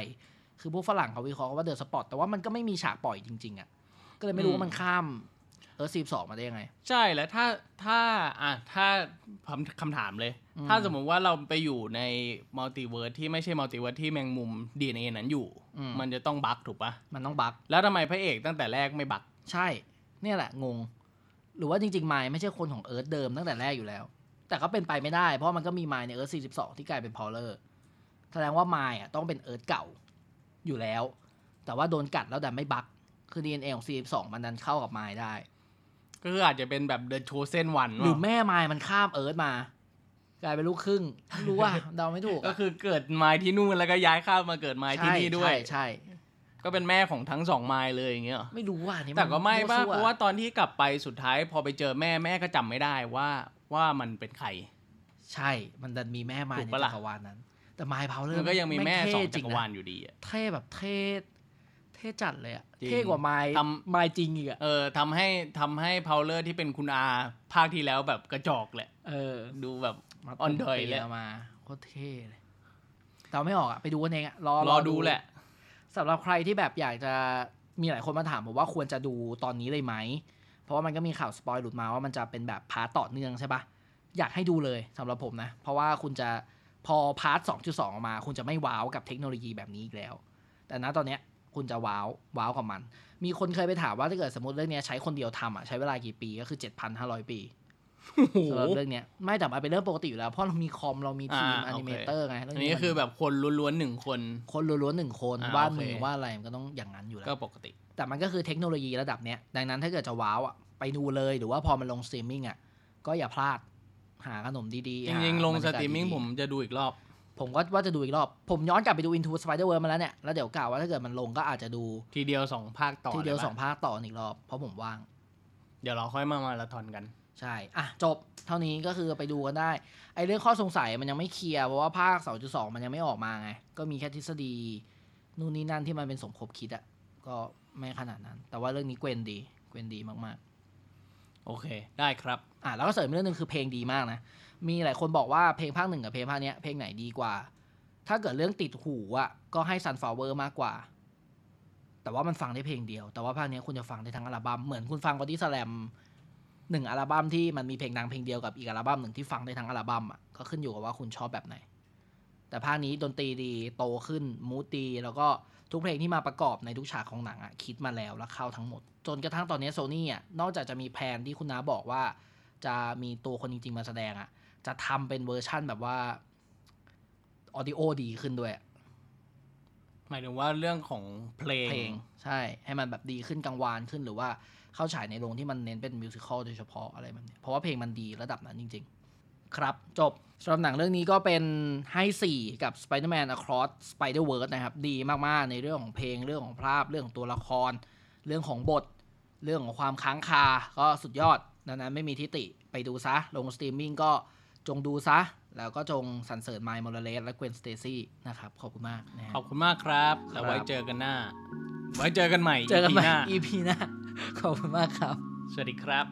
Speaker 1: คือพวกฝรั่งเขาวิเคราะห์ว่าเดอะสปอตแต่ว่ามันก็ไม่มีฉากปล่อยจริงๆอะ่ะก็เลยไม่รู้ว่ามันข้ามเออซีบสองมาได้ยังไง
Speaker 2: ใช่แล้วถ้าถ้าอ่ะถ้าคำคำถามเลย
Speaker 1: อืม
Speaker 2: ถ้าสมมติว่าเราไปอยู่ในมัลติเวิร์สที่ไม่ใช่มัลติเวิร์สที่แมงมุม DNA นั้นอยู่ มันจะต้องบั๊กถูกปะ
Speaker 1: มันต้องบัก
Speaker 2: แล้วทำไมพระเอกตั้งแต่แรกไม่บั๊ก
Speaker 1: ใช่ เนี่ยแหละงง หรือว่าจริงๆไมล์ไม่ใช่คนของเอิร์ธเดิมตั้งแต่แรกอยู่แล้ว แต่ก็เป็นไปไม่ได้เพราะมันก็มีไมล์ในเอิร์ธซีสิบสองที่กลายเป็นพอลเลอร์แสดงว่าไมล์อ่ะต้องเป็นเอิร์ธเก่าอยู่แล้ว แต่ว่าโดนกัดแล้วดันไม่บักคือ DNA ของ C12 มันดันเข้ากับไมล์ได้
Speaker 2: ก็คืออาจจะเป็นแบบเดอะโชเซนวัน
Speaker 1: หรือแม่ไมล์มันข้ามเอิร์ธมา กลายเป็นลูกครึ่งไม่รู้ว่า เดาไม่ถูก
Speaker 2: ก็
Speaker 1: อะ
Speaker 2: คือเกิดไมล์ที่นู่นแล้วก็ย้ายข้ามมาเกิดไมล์ที่นี่ด้วย
Speaker 1: ใช่ใช่
Speaker 2: ก็เป็นแม่ของทั้งสองไมล์เลยอย่างเงี้ยเหรอ
Speaker 1: ไม่รู้ว่าอันนี้น
Speaker 2: แต่ก็ไม่
Speaker 1: ว
Speaker 2: ป่ะ
Speaker 1: ซั่
Speaker 2: เพราะว่าตอนที่กลับไปสุดท้ายพอไปเจอแม่แม่ก็จำไม่ได้ว่าว่ามันเป็นใคร
Speaker 1: ใช่ มันดันมีแม่ไม้
Speaker 2: ถู
Speaker 1: ใน
Speaker 2: กปะล่ะ
Speaker 1: จักรวาลนั้น แต่ไม้เพาเลอร์
Speaker 2: มันก็ยังมีแม่
Speaker 1: เท่
Speaker 2: สองจั
Speaker 1: ริ
Speaker 2: กร
Speaker 1: นะ
Speaker 2: วาลอยู่ดีอะ
Speaker 1: เท่แบบเท่ เท่จัดเลยอะ
Speaker 2: จริง
Speaker 1: เท่กว่าไม้
Speaker 2: ทำ
Speaker 1: ไม้จริงอีกอะ
Speaker 2: เออทำให้ทำให้พาวเลอร์ที่เป็นคุณอา ภาคที่แล้วแบบกระจอกแหละ
Speaker 1: เออ
Speaker 2: ดูแบบ
Speaker 1: มา
Speaker 2: อ่อนดอยเลย
Speaker 1: ตีมาโคตรเท่เลยเราไม่ออกอะไปดูกันเองอะรอ
Speaker 2: รอดูแหละ
Speaker 1: สำหรับใครที่แบบอยากจะมีหลายคนมาถามผมว่าควรจะดูตอนนี้เลยไหม เพราะว่ามันก็มีข่าวสปอยหลุดมาว่ามันจะเป็นแบบพาร์ตต่อเนื่องใช่ปะอยากให้ดูเลยสำหรับผมนะ เพราะว่าคุณจะพอพาร์ท2.2ออกมา คุณจะไม่ว้าวกับเทคโนโลยีแบบนี้อีกแล้ว แต่ณตอนเนี้ยคุณจะว้าวว้าวกับมัน มีคนเคยไปถามว่าถ้าเกิดสมมติเรื่องเนี้ยใช้คนเดียวทำอ่ะใช้เวลากี่ปีก็คือ 7,500 ปี
Speaker 2: โอ้โห
Speaker 1: สำหรับเรื่องเนี้ยไม่แต่มันเป็นเรื่องปกติอยู่แล้วเพราะเรามีคอมเรามีทีมอ
Speaker 2: อ่า
Speaker 1: นิเม
Speaker 2: โอเค
Speaker 1: เตอร์ไงเรื่
Speaker 2: อัน
Speaker 1: ง
Speaker 2: นี้
Speaker 1: มั
Speaker 2: คือแบบคนล้วนๆหนึ่งคน
Speaker 1: คนล้วนๆหนึ่งคน
Speaker 2: อ่าว
Speaker 1: าด
Speaker 2: โอเค
Speaker 1: มือวาดอะไรมันก็ต้องอย่างนั้นอยู่แล้ว
Speaker 2: ก็ปกติ
Speaker 1: แต่มันก็คือเทคโนโลยีระดับเนี้ย ดังนั้นถ้าเกิดจะว้าวอ่ะ ไปดูเลยหรือว่าพอมันลงสตรีมมิ่งอ่ะ ก็อย่าพลาด หาขนมดี
Speaker 2: จ
Speaker 1: หา
Speaker 2: ริงๆ ลง
Speaker 1: บยา
Speaker 2: ส
Speaker 1: กาศ
Speaker 2: ตรีมมิ่ง
Speaker 1: ดีๆ
Speaker 2: ผมจะดูอีกรอบ
Speaker 1: ผมก็ว่าจะดูอีกรอบ ผมย้อนกลับไปดู Into Spider-Verse มาแล้วเนี่ย แล้วเดี๋ยวกล่าวว่าถ้าเกิดมันลงก็อาจจะดู
Speaker 2: ทีเดียวสองภาคต่อ
Speaker 1: ทีเดียว
Speaker 2: ลปะ
Speaker 1: สองภาคต่ออีกรอบ เพราะผมว่าง
Speaker 2: เดี๋ยวเราค่อยมามาราธอนกัน
Speaker 1: ใช่ อ่ะ จบ เท่านี้ก็คือไปดูกันได้ ไอ้เรื่องข้อสงสัยมันยังไม่เคลียร์ เพราะว่าภาค 2.2 มันยังไม่ออกมาไง ก็มีแค่ทฤษฎี นู่นนี่นั่นที่มันเป็นสมคบคิดอะก็ไม่ขนาดนั้น แต่ว่าเรื่องนี้เกวนดีเกวนดีมากๆ
Speaker 2: โอเค ได้ครับ
Speaker 1: อ่ะแล้วก็เสริมอีกเรื่องหนึ่งคือเพลงดีมากนะ มีหลายคนบอกว่าเพลงภาคหนึ่งกับเพลงภาคเนี้ยเพลงไหนดีกว่า ถ้าเกิดเรื่องติดหูอ่ะก็ให้ Sunflower มากกว่า แต่ว่ามันฟังได้เพลงเดียว แต่ว่าภาคเนี้ยคุณจะฟังได้ทั้งอัลบัม้มเหมือนคุณฟัง b อดี้สแลมหนึ่งอัลบั้มที่มันมีเพลงดังเพลงเดียวกับอีกอัลบั้มหนึ่งที่ฟังได้ทั้งอัลบั้มอ่ะก็ขึ้นอยู่กับว่าคุณชอบแบบไหน แต่ภาคนี้ดนตรีดีโตขึ้นมูดดีแล้วก็ทุกเพลงที่มาประกอบในทุกฉากของหนังอ่ะคิดมาแล้วแล้วเข้าทั้งหมด จนกระทั่งตอนเนี้โซนี่อ่ะนอกจากจะมีแพลนที่คุณน้าบอกว่า จะมีตัวคนจริง ๆ มาแสดงอะ่ะ จะทำเป็นเวอร์ชั่นแบบว่าออดิโอดีขึ้นด้วยอะ
Speaker 2: หมายถึงว่าเรื่องของเพลง
Speaker 1: เพลงใช่ ให้มันแบบดีขึ้นกังวานขึ้นหรือว่าเข้าฉายในโรงที่มันเน้นเป็นมิวสิควลโดยเฉพาะอะไรแบบเนี้ยเพราะว่าเพลงมันดีระดับนั้นจริง ๆ ครับ จบสำหรับหนังเรื่องนี้ก็เป็นให้ 4 กับ Spider-Man Across Spider-Verse นะครับ ดีมาก ๆ ในเรื่องของเพลงเรื่องของภาพเรื่องของตัวละคร เรื่องของบท เรื่องของความค้างคา ก็สุดยอด ดังนั้นไม่มีทิติ ไปดูซะ ลงสตรีมมิ่งก็จงดูซะ แล้วก็จงสรรเสริญไมล์มอลเลสและเกวนสเตซี่นะครับ ขอบคุณมากนะฮะ
Speaker 2: ขอบคุณมากครับแล้วไว้
Speaker 1: ครับ
Speaker 2: เจอกันหน้า ไว้เจอกันใหม่
Speaker 1: เจอกันใหม่
Speaker 2: EP หน้า
Speaker 1: EP หน้า ขอบคุณมากครับ
Speaker 2: สวัสดีครับ